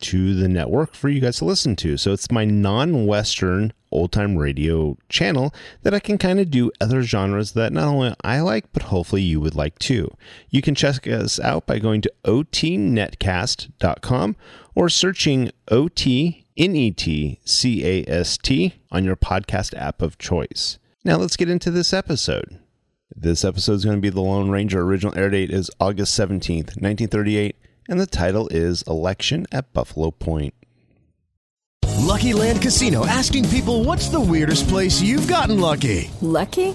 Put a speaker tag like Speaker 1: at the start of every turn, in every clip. Speaker 1: to the network for you guys to listen to. So it's my non Western old time radio channel that I can kind of do other genres that not only I like, but hopefully you would like too. You can check us out by going to otnetcast.com or searching E OTNETCAST on your podcast app of choice. Now let's get into this episode. This episode is going to be The Lone Ranger. Original air date is August 17th, 1938, and the title is Election at Buffalo Point.
Speaker 2: Lucky Land Casino asking people what's the weirdest place you've gotten lucky?
Speaker 3: Lucky?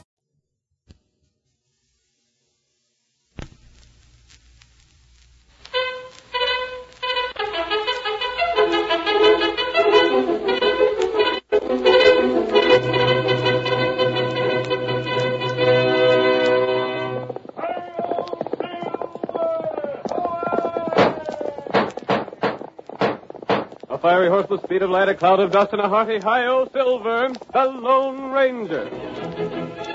Speaker 4: fiery horse with speed of light, a cloud of dust, and a hearty hi-yo silver, the Lone Ranger.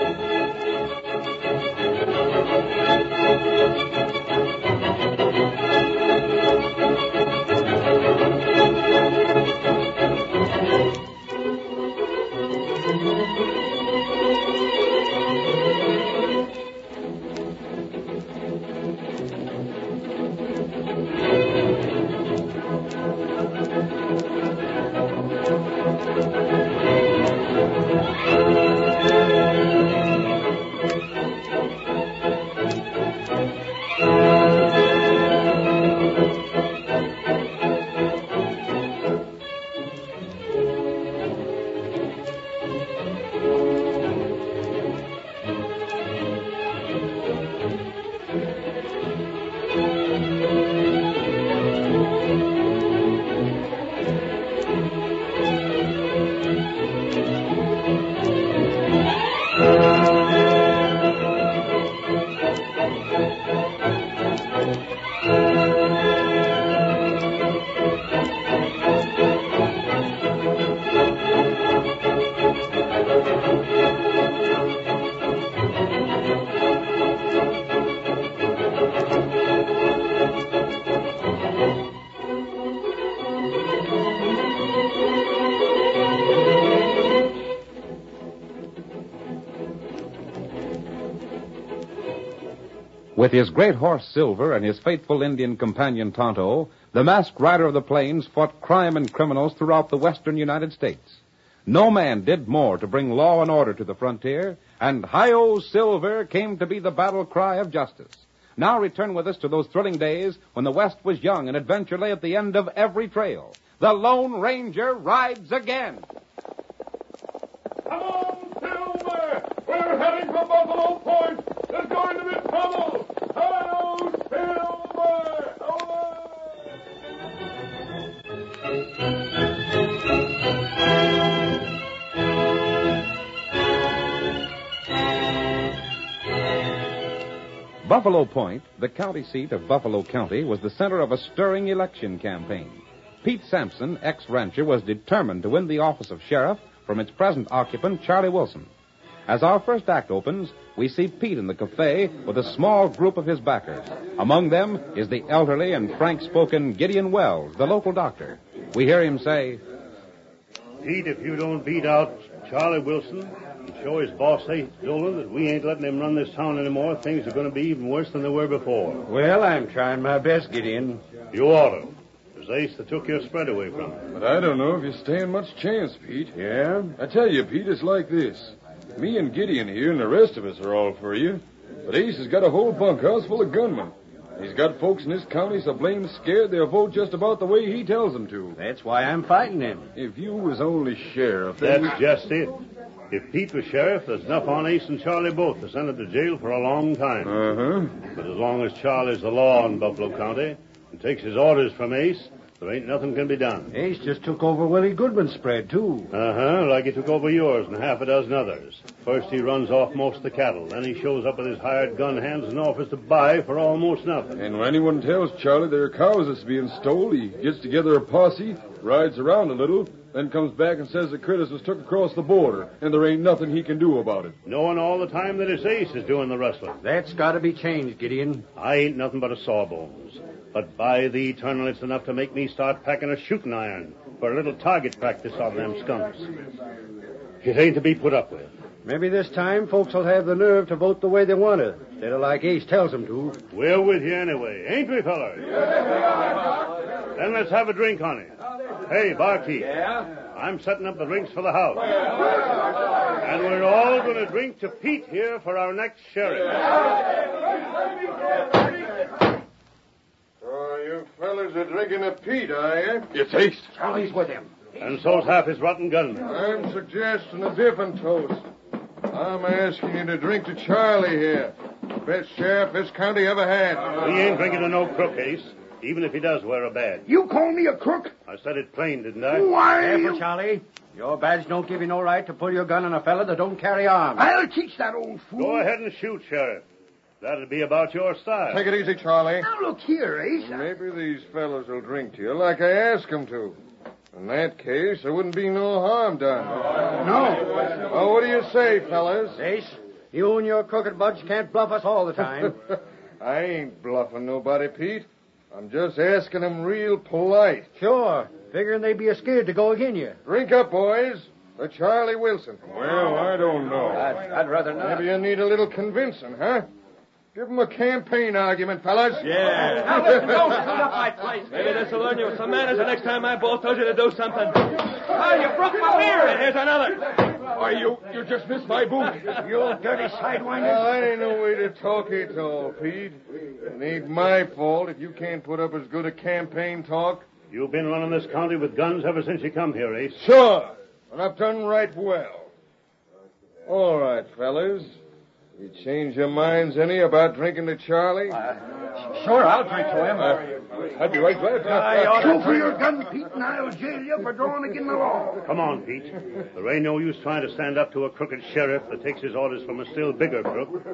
Speaker 5: With his great horse Silver and his faithful Indian companion Tonto, the masked rider of the plains fought crime and criminals throughout the western United States. No man did more to bring law and order to the frontier, and Hi-Yo Silver came to be the battle cry of justice. Now return with us to those thrilling days when the West was young and adventure lay at the end of every trail. The Lone Ranger rides again.
Speaker 4: We're heading for Buffalo Point. There's going to be trouble. Hello, Silver.
Speaker 5: Buffalo Point, the county seat of Buffalo County, was the center of a stirring election campaign. Pete Sampson, ex rancher, was determined to win the office of sheriff from its present occupant, Charlie Wilson. As our first act opens, we see Pete in the cafe with a small group of his backers. Among them is the elderly and frank spoken Gideon Wells, the local doctor. We hear him say,
Speaker 6: Pete, if you don't beat out Charlie Wilson and show his boss, Ace Dolan, that we ain't letting him run this town anymore, things are going to be even worse than they were before.
Speaker 7: Well, I'm trying my best, Gideon.
Speaker 6: You ought to. It was Ace that took your spread away from you.
Speaker 8: But I don't know if you stand much chance, Pete. Yeah? I tell you, Pete, it's like this. Me and Gideon here and the rest of us are all for you. But Ace has got a whole bunkhouse full of gunmen. He's got folks in this county so blame scared they'll vote just about the way he tells them to.
Speaker 7: That's why I'm fighting him.
Speaker 8: If you was only sheriff, then
Speaker 6: That's just it. If Pete was sheriff, there's enough on Ace and Charlie both to send them to jail for a long time. Uh-huh. But as long as Charlie's the law in Buffalo County and takes his orders from Ace, there ain't nothing can be done.
Speaker 7: Ace just took over Willie Goodman's spread, too.
Speaker 6: Uh huh, like he took over yours and half a dozen others. First he runs off most of the cattle, then he shows up with his hired gun hands and offers to buy for almost nothing.
Speaker 8: And when anyone tells Charlie there are cows that's being stole, he gets together a posse, rides around a little, then comes back and says the critters was took across the border, and there ain't nothing he can do about it.
Speaker 6: Knowing all the time that his ace is doing the rustling.
Speaker 7: That's got to be changed, Gideon.
Speaker 6: I ain't nothing but a sawbones. But by the eternal, it's enough to make me start packing a shooting iron for a little target practice on them skunks. It ain't to be put up with.
Speaker 7: Maybe this time folks will have the nerve to vote the way they want to, instead of like Ace tells them to.
Speaker 6: We're with you anyway, ain't we, fellas? Then let's have a drink on it. Hey, barkeep.
Speaker 4: Yeah?
Speaker 6: I'm setting up the drinks for the house. And we're all going to drink to Pete here for our next sheriff.
Speaker 9: Oh, you fellas are drinking a Pete, are you?
Speaker 8: You taste?
Speaker 7: Charlie's with him.
Speaker 6: And so's half his rotten gunmen.
Speaker 9: I'm suggesting a different toast. I'm asking you to drink to Charlie here. Best sheriff this county ever had.
Speaker 6: He ain't drinking to no crook, Ace. Even if he does wear a badge.
Speaker 10: You call me a crook?
Speaker 6: I said it plain, didn't I?
Speaker 10: Why?
Speaker 7: Careful, Charlie. Your badge don't give you no right to pull your gun on a fella that don't carry arms.
Speaker 10: I'll teach that old fool.
Speaker 6: Go ahead and shoot, Sheriff. That'll be about your style.
Speaker 9: Take it easy, Charlie.
Speaker 10: Now look here, Ace.
Speaker 7: eh?
Speaker 9: Maybe these fellows will drink to you like I ask 'em to. In that case, there wouldn't be no harm done.
Speaker 10: No.
Speaker 9: Well, what do you say, fellas?
Speaker 7: Ace, you and your crooked buds can't bluff us all the time.
Speaker 9: I ain't bluffing nobody, Pete. I'm just asking 'em real polite.
Speaker 7: Sure, figuring they'd be scared to go agin you.
Speaker 9: Drink up, boys. The Charlie Wilson.
Speaker 8: Well, I don't know.
Speaker 7: I'd, I'd rather not.
Speaker 9: Maybe you need a little convincing, huh? Give him a campaign argument, fellas.
Speaker 8: Yeah.
Speaker 10: Now listen, don't shoot up my place.
Speaker 11: Maybe this will learn you some manners the next time my boss tells you to do something. Oh, you broke my beer, and here's another.
Speaker 8: Why, you, you just missed my boot.
Speaker 10: You old dirty sidewinder.
Speaker 9: Well, that ain't no way to talk at all, Pete. It ain't my fault if you can't put up as good a campaign talk.
Speaker 6: You've been running this county with guns ever since you come here, Ace.
Speaker 9: Sure. And I've done right well. All right, fellas. You change your minds any about drinking to Charlie?
Speaker 7: Uh, sure, I'll drink to
Speaker 9: him. Uh, I'd be right glad.
Speaker 10: Uh, Go for your gun, Pete, and I'll jail you for drawing again the law.
Speaker 6: Come on, Pete. There ain't no use trying to stand up to a crooked sheriff that takes his orders from a still bigger crook.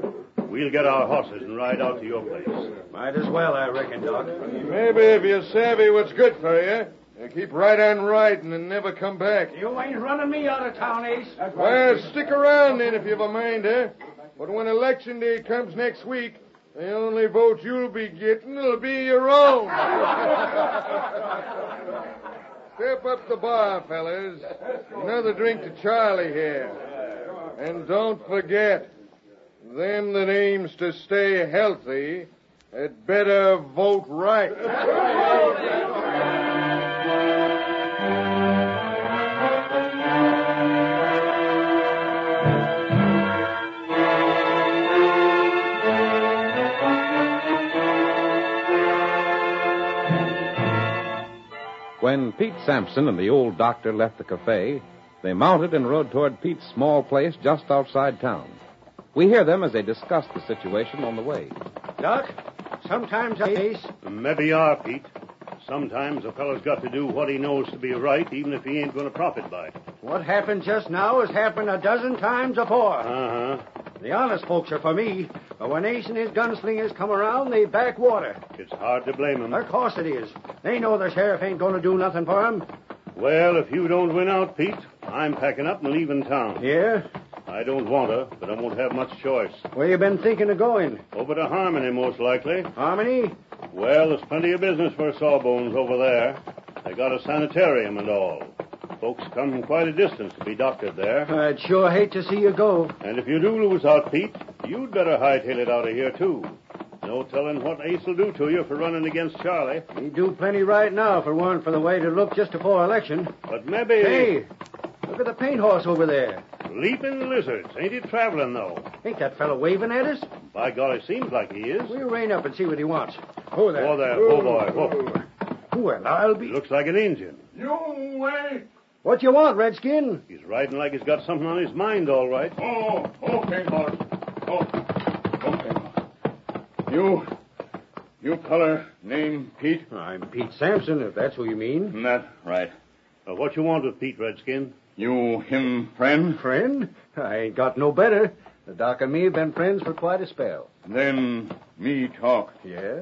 Speaker 6: We'll get our horses and ride out to your place.
Speaker 7: Might as well, I reckon, Doc.
Speaker 9: Maybe if you savvy what's good for you, you keep right on riding and never come back.
Speaker 10: You ain't running me out of town, Ace.
Speaker 9: Well, stick around then if you've a mind, eh? But when election day comes next week, the only vote you'll be getting will be your own. Step up the bar, fellas. Another drink to Charlie here. And don't forget, Them that aims to stay healthy had better vote right.
Speaker 5: When Pete Sampson and the old doctor left the cafe, they mounted and rode toward Pete's small place just outside town. We hear them as they discuss the situation on the way.
Speaker 8: Doc, sometimes I ace.
Speaker 6: Maybe you are, Pete. Sometimes a fellow's got to do what he knows to be right, even if he ain't going to profit by it.
Speaker 8: What happened just now has happened a dozen times before.
Speaker 6: Uh huh.
Speaker 8: The honest folks are for me, but when Ace and his gunslingers come around, they back water.
Speaker 6: It's hard to blame him.
Speaker 8: Of course it is. They know the sheriff ain't going to do nothing for 'em.
Speaker 6: Well, if you don't win out, Pete, I'm packing up and leaving town.
Speaker 8: Here?
Speaker 6: I don't want to, but I won't have much choice.
Speaker 8: Where you been thinking of going?
Speaker 6: Over to Harmony, most likely.
Speaker 8: Harmony?
Speaker 6: Well, there's plenty of business for Sawbones over there. They got a sanitarium and all. Folks come from quite a distance to be doctored there.
Speaker 8: I'd sure hate to see you go.
Speaker 6: And if you do lose out, Pete, you'd better hightail it out of here, too. No telling what Ace will do to you for running against Charlie.
Speaker 8: He do plenty right now if it weren't for the way to look just before election.
Speaker 6: But maybe.
Speaker 8: Hey, look at the paint horse over there.
Speaker 6: Leaping lizards. Ain't he traveling, though?
Speaker 8: Ain't that fellow waving at us?
Speaker 6: By golly, seems like he is.
Speaker 8: We'll rein up and see what he wants. Who there?
Speaker 6: Oh, there. Oh, boy. Oh.
Speaker 8: Well, I'll be.
Speaker 6: Looks like an Indian.
Speaker 8: You wait. What you want, Redskin?
Speaker 6: He's riding like he's got something on his mind, all right.
Speaker 9: Oh, okay, boss. Oh, okay. You, you feller named Pete? Mm,
Speaker 8: I'm Pete Sampson, if that's who you mean.
Speaker 9: That right.
Speaker 6: Uh, what you want with Pete, Redskin?
Speaker 9: You him friend?
Speaker 8: Friend? I ain't got no better. The doc and me have been friends for quite a spell.
Speaker 9: Then me talk.
Speaker 8: Yeah?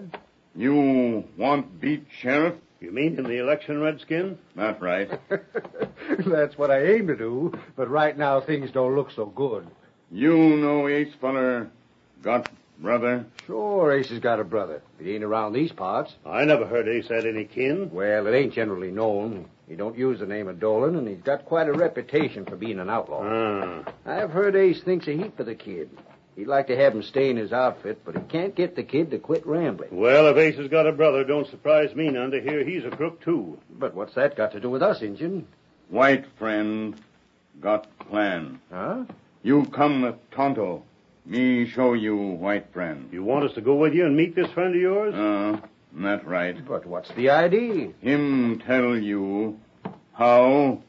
Speaker 9: You want beat sheriff?
Speaker 6: You mean in the election, Redskin?
Speaker 9: Not right.
Speaker 8: That's what I aim to do, but right now things don't look so good.
Speaker 9: You know Ace feller got brother?
Speaker 8: Sure, Ace has got a brother. He ain't around these parts.
Speaker 6: I never heard Ace had any kin.
Speaker 8: Well, it ain't generally known. He don't use the name of Dolan, and he's got quite a reputation for being an outlaw.
Speaker 6: Ah.
Speaker 8: I've heard Ace thinks a heap of the kid. He'd like to have him stay in his outfit, but he can't get the kid to quit rambling.
Speaker 6: Well, if Ace has got a brother, don't surprise me none to hear he's a crook, too.
Speaker 8: But what's that got to do with us, Injun?
Speaker 9: White friend got plan.
Speaker 8: Huh?
Speaker 9: You come with Tonto. Me show you white friend.
Speaker 6: You want us to go with you and meet this friend of yours?
Speaker 9: Uh, not right.
Speaker 8: But what's the idea?
Speaker 9: Him tell you how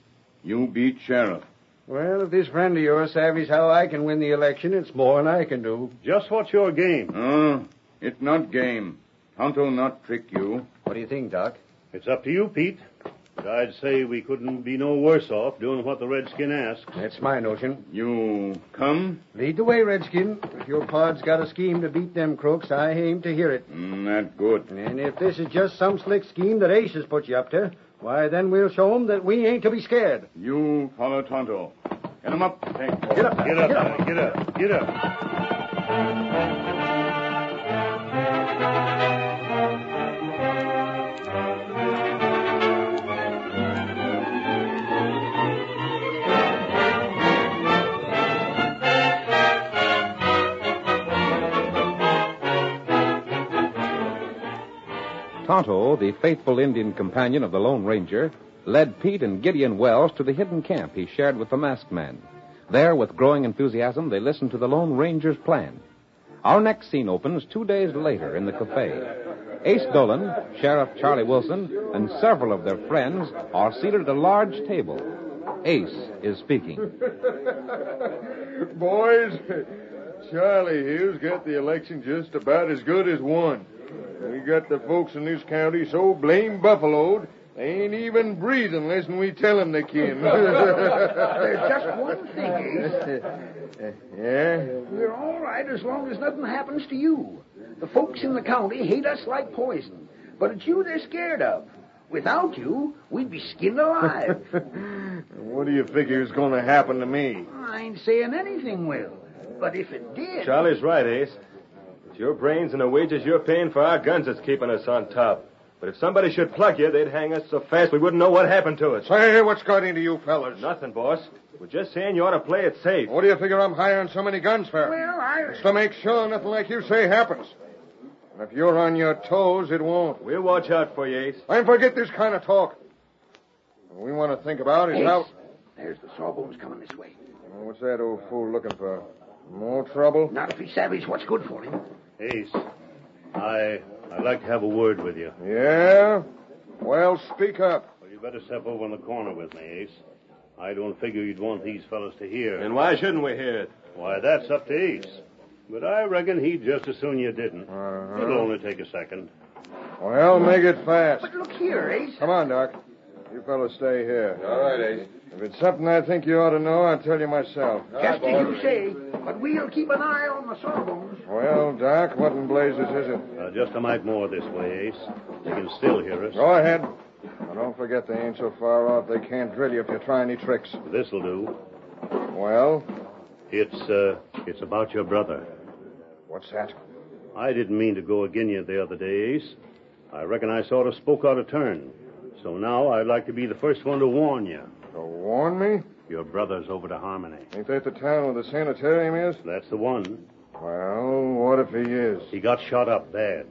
Speaker 9: you beat sheriff.
Speaker 8: Well, if this friend of yours savvies how I can win the election, it's more than I can do.
Speaker 6: Just what's your game?
Speaker 9: Uh, it's not game. Tonto not trick you.
Speaker 8: What do you think, Doc?
Speaker 6: It's up to you, Pete. But I'd say we couldn't be no worse off doing what the redskin asks.
Speaker 8: That's my notion.
Speaker 9: You come?
Speaker 8: Lead the way, Redskin. If your pod's got a scheme to beat them crooks, I aim to hear it.
Speaker 9: Mm, not good.
Speaker 8: And if this is just some slick scheme that Ace has put you up to, why, then we'll show 'em that we ain't to be scared.
Speaker 9: You follow Tonto. Get him up. Hey,
Speaker 8: Get up,
Speaker 6: Get up, uh, get up, get up.
Speaker 5: Tonto, the faithful Indian companion of the Lone Ranger, led Pete and Gideon Wells to the hidden camp he shared with the masked man. There, with growing enthusiasm, they listened to the Lone Ranger's plan. Our next scene opens two days later in the cafe. Ace Dolan, Sheriff Charlie Wilson, and several of their friends are seated at a large table. Ace is speaking.
Speaker 9: Boys, Charlie here's got the election just about as good as won. We got the folks in this county so blame buffaloed, they ain't even breathing less than we tell 'em they can.
Speaker 8: There's just one thing, Ace.
Speaker 9: yeah?
Speaker 8: We're all right as long as nothing happens to you. The folks in the county hate us like poison, but it's you they're scared of. Without you, we'd be skinned alive.
Speaker 9: What do you figure's going to happen to me?
Speaker 8: I ain't saying anything will, but if it did.
Speaker 12: eh?
Speaker 11: Charlie's right, Ace. It's your brains and the wages you're paying for our guns that's keeping us on top.
Speaker 12: But if somebody should pluck you, they'd hang us so fast we wouldn't know what happened to us.
Speaker 9: Say, what's got into you fellas?
Speaker 12: Nothing, boss. We're just saying you ought to play it safe.
Speaker 9: What do you figure I'm hiring so many guns for?
Speaker 10: Well, I.
Speaker 9: It's to make sure nothing like you say happens. And if you're on your toes, it won't.
Speaker 12: We'll watch out for you, Ace.
Speaker 9: And forget this kind of talk. What we want to think about is
Speaker 10: Ace,
Speaker 9: how.
Speaker 10: There's the sawbones coming this way.
Speaker 9: Oh, What's that old fool looking for? More trouble?
Speaker 10: Not if he savvies what's good for him.
Speaker 6: Ace, I, I'd like to have a word with you.
Speaker 9: Yeah? Well, speak up.
Speaker 6: Well, you better step over in the corner with me, Ace. I don't figure you'd want these fellas to hear.
Speaker 12: And why shouldn't we hear it?
Speaker 6: Why, that's up to Ace. But I reckon he'd just as soon you didn't.
Speaker 9: Uh-huh.
Speaker 6: It'll only take a second.
Speaker 9: Well, make it fast.
Speaker 10: But look here, Ace.
Speaker 9: Come on, Doc. You fellas stay here.
Speaker 8: All right, Ace.
Speaker 9: If it's something I think you ought to know, I'll tell you myself.
Speaker 10: Just as you say, but we'll keep an eye on the sawbones.
Speaker 9: Well, Doc, what in blazes is it?
Speaker 6: Uh, just a mite more this way, Ace. They can still hear us.
Speaker 9: Go ahead. Now, don't forget they ain't so far off they can't drill you if you try any tricks.
Speaker 6: This'll do.
Speaker 9: Well?
Speaker 6: It's, uh, it's about your brother.
Speaker 9: What's that?
Speaker 6: I didn't mean to go agin you the other day, Ace. I reckon I sort of spoke out of turn. So now I'd like to be the first one to warn you.
Speaker 9: To warn me?
Speaker 6: Your brother's over to Harmony.
Speaker 9: Ain't that the town where the sanitarium is?
Speaker 6: That's the one.
Speaker 9: Well, what if he is?
Speaker 6: He got shot up bad.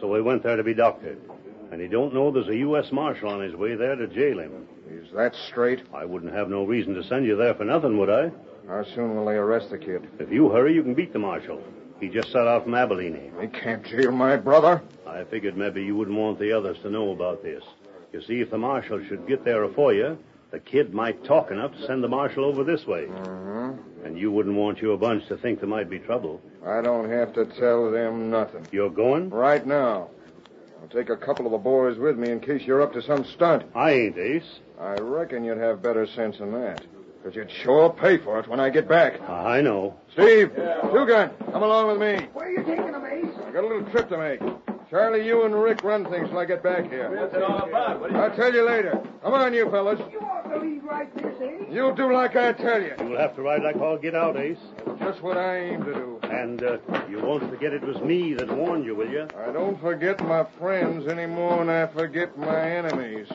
Speaker 6: So he went there to be doctored. And he don't know there's a U.S. Marshal on his way there to jail him.
Speaker 9: Is that straight?
Speaker 6: I wouldn't have no reason to send you there for nothing, would I?
Speaker 9: How soon will they arrest the kid?
Speaker 6: If you hurry, you can beat the Marshal. He just set out from Abilene.
Speaker 9: They can't jail my brother.
Speaker 6: I figured maybe you wouldn't want the others to know about this. You see, if the marshal should get there afore you, the kid might talk enough to send the marshal over this way. And you wouldn't want your bunch to think there might be trouble.
Speaker 9: I don't have to tell them nothing.
Speaker 6: You're going?
Speaker 9: Right now. I'll take a couple of the boys with me in case you're up to some stunt.
Speaker 6: I ain't, Ace.
Speaker 9: I reckon you'd have better sense than that. Because you'd sure pay for it when I get back.
Speaker 6: I know.
Speaker 9: Steve, Two Gun, come along with me.
Speaker 10: Where are you taking them, Ace?
Speaker 9: I got a little trip to make. Charlie, you and Rick run things till I get back here.
Speaker 11: What's it all about? What
Speaker 9: I'll tell you later. Come on, you fellas.
Speaker 10: You ought to leave right this, Ace.
Speaker 9: You do like I tell you.
Speaker 6: You'll have to ride like all get out, Ace.
Speaker 9: Just what I aim to do.
Speaker 6: And uh, you won't forget it was me that warned you, will you?
Speaker 9: I don't forget my friends any more than I forget my enemies.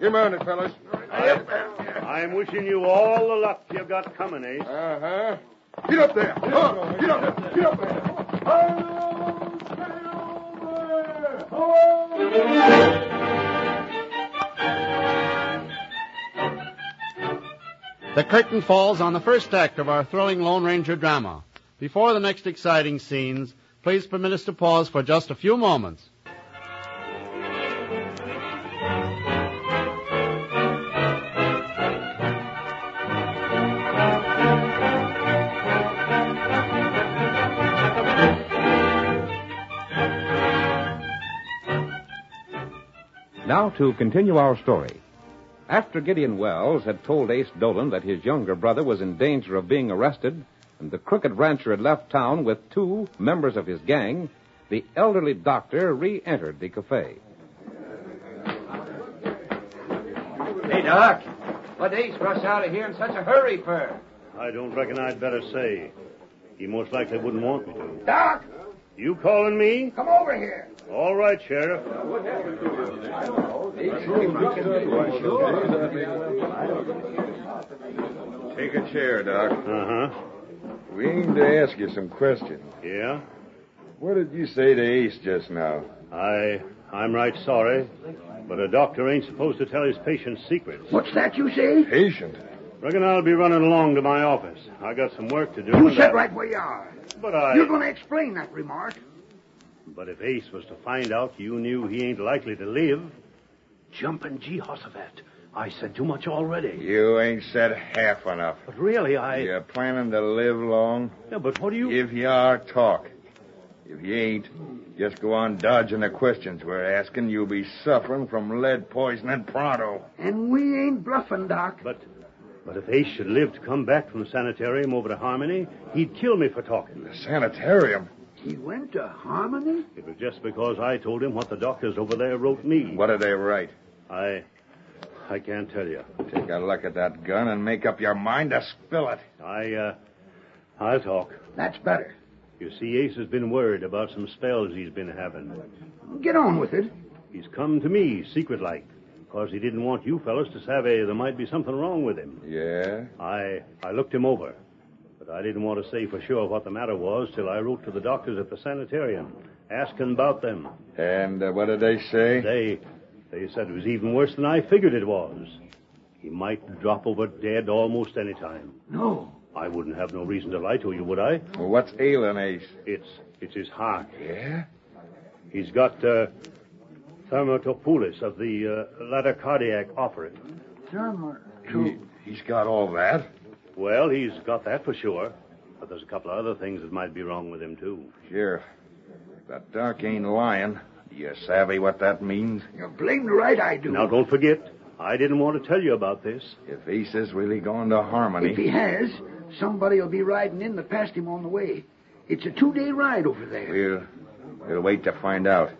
Speaker 9: Get mounted, fellas.
Speaker 6: I'm wishing you all the luck you got coming, Ace.
Speaker 9: Uh-huh. Get up there. Come on. Get up there. Get up there.
Speaker 13: The curtain falls on the first act of our thrilling Lone Ranger drama. Before the next exciting scenes, please permit us to pause for just a few moments.
Speaker 5: Now to continue our story. After Gideon Wells had told Ace Dolan that his younger brother was in danger of being arrested, and the crooked rancher had left town with two members of his gang, the elderly doctor re entered the cafe.
Speaker 14: Hey, Doc. What Ace rush out of here in such a hurry for?
Speaker 6: I don't reckon I'd better say. You most likely wouldn't want me to.
Speaker 10: Doc,
Speaker 6: You calling me?
Speaker 10: come over here.
Speaker 6: All right, Sheriff.
Speaker 9: Take a chair, Doc.
Speaker 6: Uh huh.
Speaker 9: We aim to ask you some questions.
Speaker 6: Yeah?
Speaker 9: What did you say to Ace just now?
Speaker 6: I, I'm right sorry, but a doctor ain't supposed to tell his patients secrets.
Speaker 10: What's that you say?
Speaker 9: Patient.
Speaker 6: Reckon I'll be running along to my office. I got some work to do.
Speaker 10: You
Speaker 6: and
Speaker 10: sit
Speaker 6: I-
Speaker 10: right where you are.
Speaker 6: But I.
Speaker 10: You're going to explain that remark.
Speaker 6: But if Ace was to find out you knew he ain't likely to live,
Speaker 10: Jumping Jehoshaphat. I said too much already.
Speaker 9: You ain't said half enough.
Speaker 10: But really, I.
Speaker 9: You're planning to live long?
Speaker 6: Yeah, but what do you.
Speaker 9: If you are, talk. If you ain't, just go on dodging the questions we're asking. You'll be suffering from lead poisoning pronto.
Speaker 10: And we ain't bluffing, Doc.
Speaker 6: But. But if Ace should live to come back from the sanitarium over to Harmony, he'd kill me for talking.
Speaker 9: The sanitarium.
Speaker 10: He went to Harmony?
Speaker 6: It was just because I told him what the doctors over there wrote me.
Speaker 9: What did they write?
Speaker 6: I. I can't tell you.
Speaker 9: Take a look at that gun and make up your mind to spill it.
Speaker 6: I, uh. I'll talk.
Speaker 10: That's better.
Speaker 6: You see, Ace has been worried about some spells he's been having.
Speaker 10: Get on with it.
Speaker 6: He's come to me, secret like, because he didn't want you fellas to savvy there might be something wrong with him.
Speaker 8: Yeah?
Speaker 6: I I looked him over, but I didn't want to say for sure what the matter was till I wrote to the doctors at the sanitarium, asking about them.
Speaker 8: And uh, what did they say?
Speaker 6: They they said it was even worse than I figured it was. He might drop over dead almost any time.
Speaker 10: No.
Speaker 6: I wouldn't have no reason to lie to you, would I?
Speaker 8: Well, what's ailing Ace?
Speaker 6: It's it's his heart.
Speaker 8: Yeah?
Speaker 6: He's got uh, thermotopulis of the uh, latacardiac operate.
Speaker 10: Thermal.
Speaker 8: He, he's got all that.
Speaker 6: Well, he's got that for sure. But there's a couple of other things that might be wrong with him, too.
Speaker 8: Sheriff, that doc ain't lying. Do you savvy what that means?
Speaker 10: You're blamed right I do.
Speaker 6: Now, don't forget, I didn't want to tell you about this.
Speaker 8: If Ace is really gone to Harmony.
Speaker 10: If he has, somebody will be riding in that passed him on the way. It's a two-day ride over there.
Speaker 8: We'll, we'll wait to find out.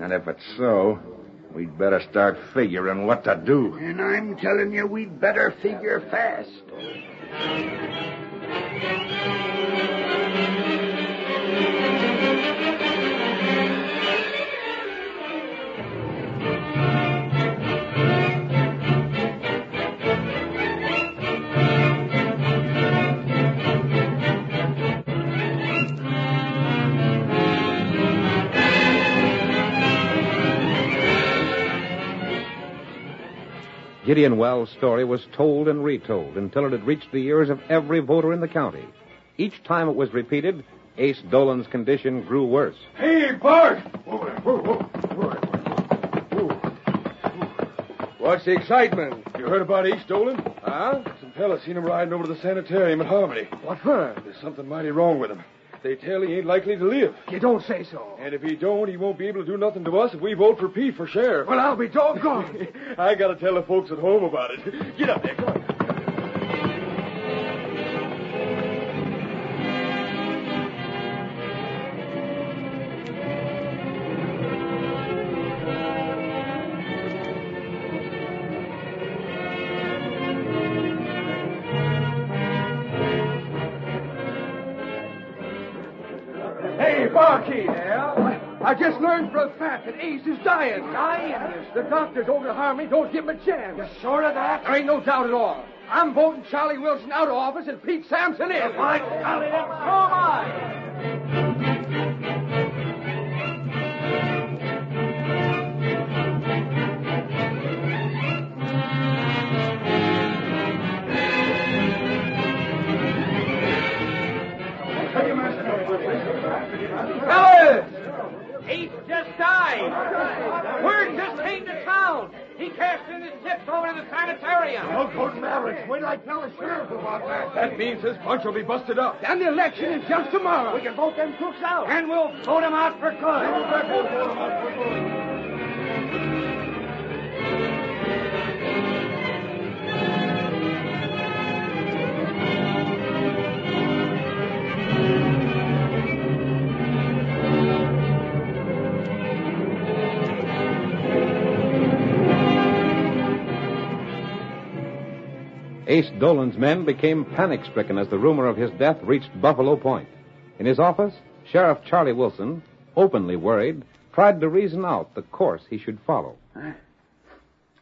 Speaker 8: And if it's so, we'd better start figuring what to do.
Speaker 10: And I'm telling you, we'd better figure fast.
Speaker 5: Gideon Wells' story was told and retold until it had reached the ears of every voter in the county. Each time it was repeated, Ace Dolan's condition grew worse.
Speaker 9: Hey, Bart! What's the excitement? You heard about Ace Dolan? Huh? Some fella seen him riding over to the sanitarium at Harmony. What for? There's something mighty wrong with him. They tell he ain't likely to live.
Speaker 10: You don't say so.
Speaker 9: And if he don't, he won't be able to do nothing to us if we vote for Pete for sheriff.
Speaker 10: Well, I'll be doggone.
Speaker 9: I gotta tell the folks at home about it. Get up there, come on.
Speaker 10: Hey, barkeep! Yeah? I just learned for a fact that Ace is dying. Dying? The doctors over at Harmony don't give him a chance. You sure of that? There ain't no doubt at all. I'm voting Charlie Wilson out of office and Pete Sampson in. My golly, so am I.
Speaker 11: Fellas! Ace just died. Word just came to town. He cashed in his tips over to the sanitarium.
Speaker 10: No good mavericks. Wait till I tell the sheriff about that.
Speaker 9: That means his bunch will be busted up.
Speaker 10: And the election is just tomorrow. We can vote them crooks out. And we'll vote them out for good.
Speaker 5: Ace Dolan's men became panic stricken as the rumor of his death reached Buffalo Point. In his office, Sheriff Charlie Wilson, openly worried, tried to reason out the course he should follow.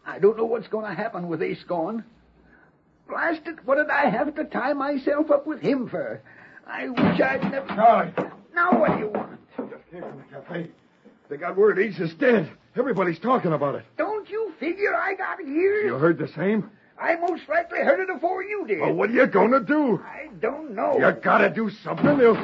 Speaker 10: I don't know what's going to happen with Ace gone. Blast it, what did I have to tie myself up with him for? I wish I'd never.
Speaker 9: Charlie.
Speaker 10: Now what do you want?
Speaker 9: Cafe. They got word Ace is dead. Everybody's talking about it.
Speaker 10: Don't you figure I got ears?
Speaker 9: You heard the same?
Speaker 10: I most likely heard it before you did.
Speaker 9: Well, what are you going to do?
Speaker 10: I don't know.
Speaker 9: You gotta do something. You...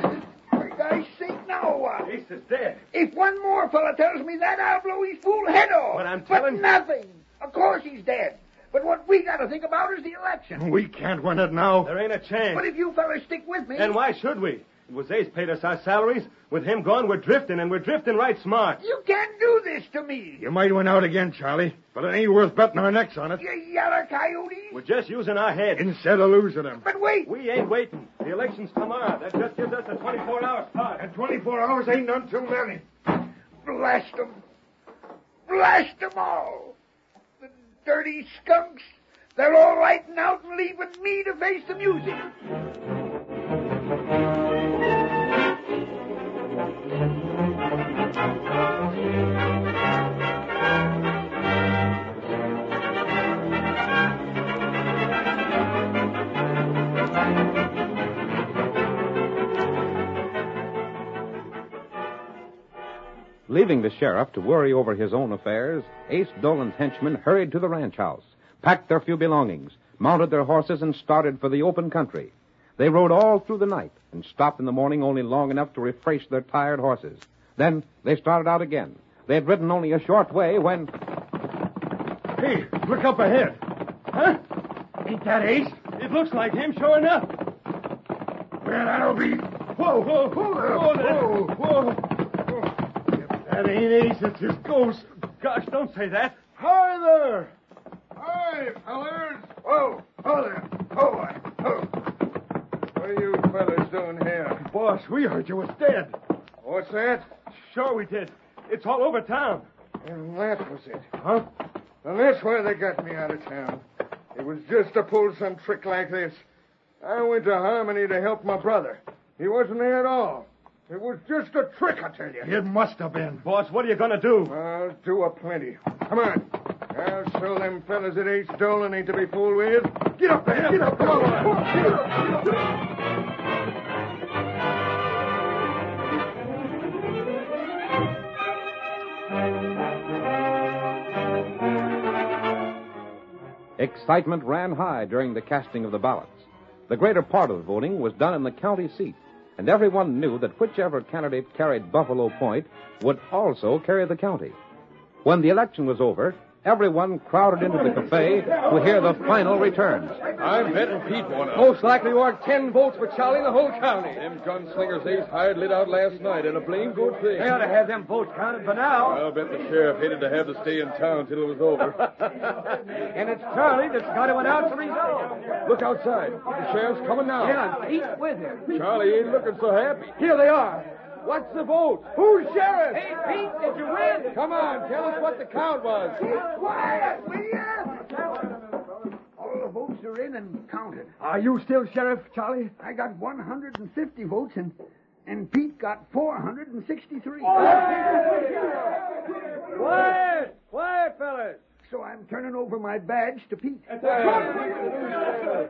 Speaker 10: For God's sake, now what?
Speaker 11: Ace is dead.
Speaker 10: If one more fella tells me that, I'll blow his fool head off.
Speaker 11: But I'm telling you-
Speaker 10: nothing. Of course he's dead. But what we got to think about is the election.
Speaker 9: We can't win it now.
Speaker 11: There ain't a chance.
Speaker 10: But if you fellas stick with me,
Speaker 11: And why should we? It was Ace paid us our salaries. With him gone, we're drifting, and we're drifting right smart.
Speaker 10: you can't do this to me.
Speaker 9: You might win out again, Charlie, but it ain't worth betting our necks on it.
Speaker 10: You yellow coyote.
Speaker 11: We're just using our heads.
Speaker 9: Instead of losing them.
Speaker 10: But wait.
Speaker 11: We ain't waiting. The election's tomorrow. That just gives us a 24-hour start.
Speaker 9: And 24 hours ain't none too many.
Speaker 10: Blast 'em. Blast 'em all. The dirty skunks. They're all lighting out and leaving me to face the music.
Speaker 5: Leaving the sheriff to worry over his own affairs, Ace Dolan's henchmen hurried to the ranch house, packed their few belongings, mounted their horses, and started for the open country. They rode all through the night and stopped in the morning only long enough to refresh their tired horses. Then they started out again. They had ridden only a short way when.
Speaker 15: Hey, look up ahead. Huh? Ain't that Ace? It looks like him, sure enough. Well, that'll be. Whoa, whoa, whoa, whoa, whoa, whoa. That ain't Ace, it's his ghost. Gosh, don't say that.
Speaker 9: Hi there! Hi, fellas! Whoa! Hold it! Oh, oh. What are you fellas doing here?
Speaker 15: Boss, we heard you was dead.
Speaker 9: What's that?
Speaker 15: Oh, Sure we did. It's all over town.
Speaker 9: And that was it.
Speaker 15: Huh?
Speaker 9: And that's why they got me out of town. It was just to pull some trick like this. I went to Harmony to help my brother. He wasn't there at all. It was just a trick, I tell you.
Speaker 15: It must have been. Boss, what are you going to do?
Speaker 9: I'll do a plenty. Come on. I'll show them fellas that Ace Dolan ain't to be fooled with. Get up there. Get up. Come on. Get up.
Speaker 5: Excitement ran high during the casting of the ballots. The greater part of the voting was done in the county seat, and everyone knew that whichever candidate carried Buffalo Point would also carry the county. When the election was over, everyone crowded into the cafe to hear the final returns.
Speaker 8: I'm betting Pete won out.
Speaker 14: Most likely won 10 votes for Charlie in the whole county.
Speaker 8: Them gunslingers Ace hired lit out last night, and a blame good thing.
Speaker 14: They ought to have them votes counted by now.
Speaker 8: I'll bet the sheriff hated to have to stay in town till it was over.
Speaker 14: and it's Charlie that's got to announce the result.
Speaker 8: Look outside. The sheriff's coming now.
Speaker 14: Yeah, Pete's with him.
Speaker 8: Charlie ain't looking so happy.
Speaker 14: Here they are. What's the vote?
Speaker 9: Who's sheriff?
Speaker 14: Hey, Pete, did you win?
Speaker 8: Come on, tell us what the count was.
Speaker 9: Keep quiet, will
Speaker 10: you? All the votes are in and counted.
Speaker 14: Are you still sheriff, Charlie?
Speaker 10: I got 150 votes, and and Pete got 463.
Speaker 14: Quiet! Quiet, fellas!
Speaker 10: So I'm turning over my badge to Pete.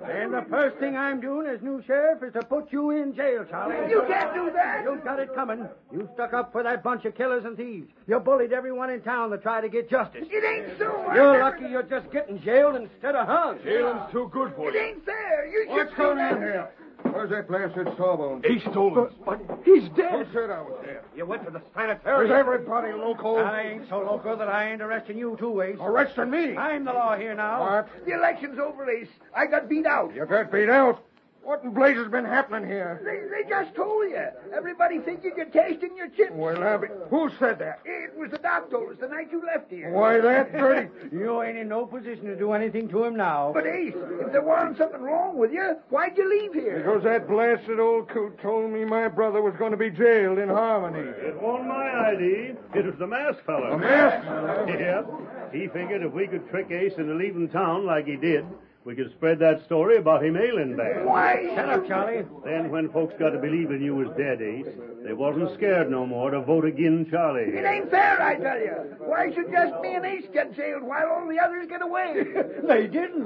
Speaker 14: And the first thing I'm doing as new sheriff is to put you in jail, Charlie.
Speaker 10: You can't do that!
Speaker 14: You've got it coming. You stuck up for that bunch of killers and thieves. You bullied everyone in town to try to get justice.
Speaker 10: It ain't so. I
Speaker 14: You're
Speaker 10: never-
Speaker 14: lucky you're just getting jailed instead of hung.
Speaker 8: Jalen's too good for
Speaker 10: It
Speaker 8: you.
Speaker 10: ain't fair. You should
Speaker 9: What's
Speaker 10: do
Speaker 9: going on
Speaker 10: that.
Speaker 9: here? Where's that blasted sawbone?
Speaker 8: Ace Dolan.
Speaker 14: But he's
Speaker 9: Who
Speaker 14: dead.
Speaker 9: said I was there?
Speaker 14: You went to the
Speaker 9: Is
Speaker 14: sanitarium.
Speaker 9: everybody local?
Speaker 14: I ain't so loco that I ain't arresting you two ways.
Speaker 9: Arresting me?
Speaker 14: I'm the law here now.
Speaker 9: What?
Speaker 10: The election's over, Ace. I got beat out.
Speaker 9: You got beat out? What in blazes been happening here?
Speaker 10: They, they just told you. Everybody figured you're tasting your chips.
Speaker 9: Well, I be... Who said that?
Speaker 10: It was the doctors the night you left here.
Speaker 9: Why, that dirty...
Speaker 14: You ain't in no position to do anything to him now.
Speaker 10: But Ace, if there wasn't something wrong with you, why'd you leave here?
Speaker 9: Because that blasted old coot told me my brother was going to be jailed in Harmony.
Speaker 6: It wasn't my ID. It was the masked fellow.
Speaker 9: A masked fellow?
Speaker 6: Yep. He figured if we could trick Ace into leaving town like he did, we could spread that story about him ailing back.
Speaker 10: Why?
Speaker 14: Shut up, Charlie.
Speaker 6: Then when folks got to believing you was dead, Ace, they wasn't scared no more to vote again Charlie.
Speaker 10: It ain't fair, I tell you. Why should just me and Ace get jailed while all the others get away?
Speaker 14: They didn't.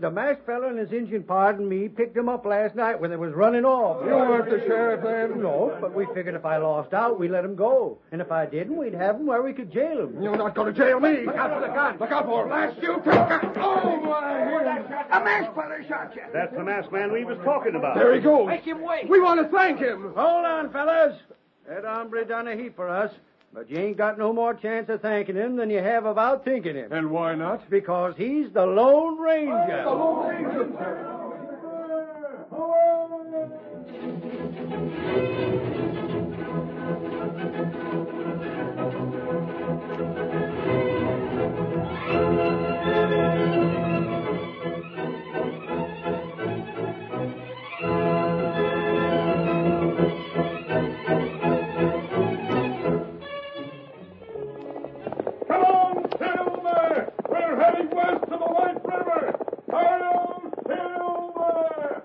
Speaker 14: the masked fellow and his engine, pardon me, picked him up last night when they was running off.
Speaker 9: You weren't the sheriff then?
Speaker 14: No, but we figured if I lost out, we let him go. And if I didn't, we'd have him where we could jail him.
Speaker 9: You're not going to jail me.
Speaker 14: Look out for the gun.
Speaker 9: Look out for him. Blast you to the gun. Oh, my hand.
Speaker 10: A masked fella shot you.
Speaker 6: That's the masked man we was talking about.
Speaker 9: There he goes.
Speaker 14: Make him wait.
Speaker 9: We want to thank him.
Speaker 14: Hold on, fellas. That hombre done a heap for us, but you ain't got no more chance of thanking him than you have of outthinking him.
Speaker 8: And why not?
Speaker 14: Because he's the Lone Ranger.
Speaker 9: Come on, Silver. We're heading west to the White River. Oh, Hello, Silver.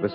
Speaker 5: The